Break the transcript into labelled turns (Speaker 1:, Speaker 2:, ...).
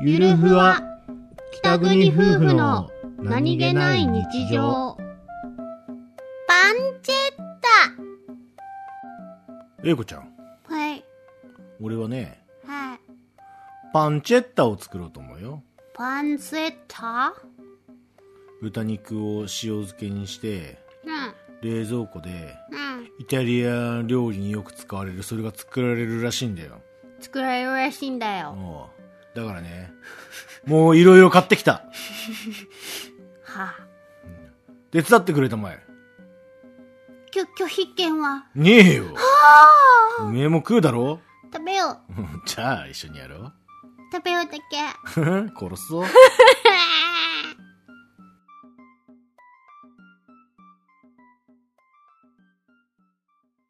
Speaker 1: ゆるふわ北国夫婦の何気ない日常パンチェッ
Speaker 2: 英子ちゃん
Speaker 1: タはい
Speaker 2: 俺はね
Speaker 1: はい
Speaker 2: パンチェッタを作ろうと思うよ
Speaker 1: パンチェッタ
Speaker 2: 豚肉を塩漬けにして
Speaker 1: うん
Speaker 2: 冷蔵庫で
Speaker 1: うん
Speaker 2: イタリア料理によく使われるそれが作られるらしいんだよ
Speaker 1: 作られるらしいんだよ
Speaker 2: おうだからねもういろいろ買ってきた
Speaker 1: はあ
Speaker 2: 手伝ってくれたまえ
Speaker 1: きょ拒否権は
Speaker 2: ねえよおめえも食うだろ
Speaker 1: 食べよう
Speaker 2: じゃあ一緒にやろう
Speaker 1: 食べようだけ
Speaker 2: 殺すぞ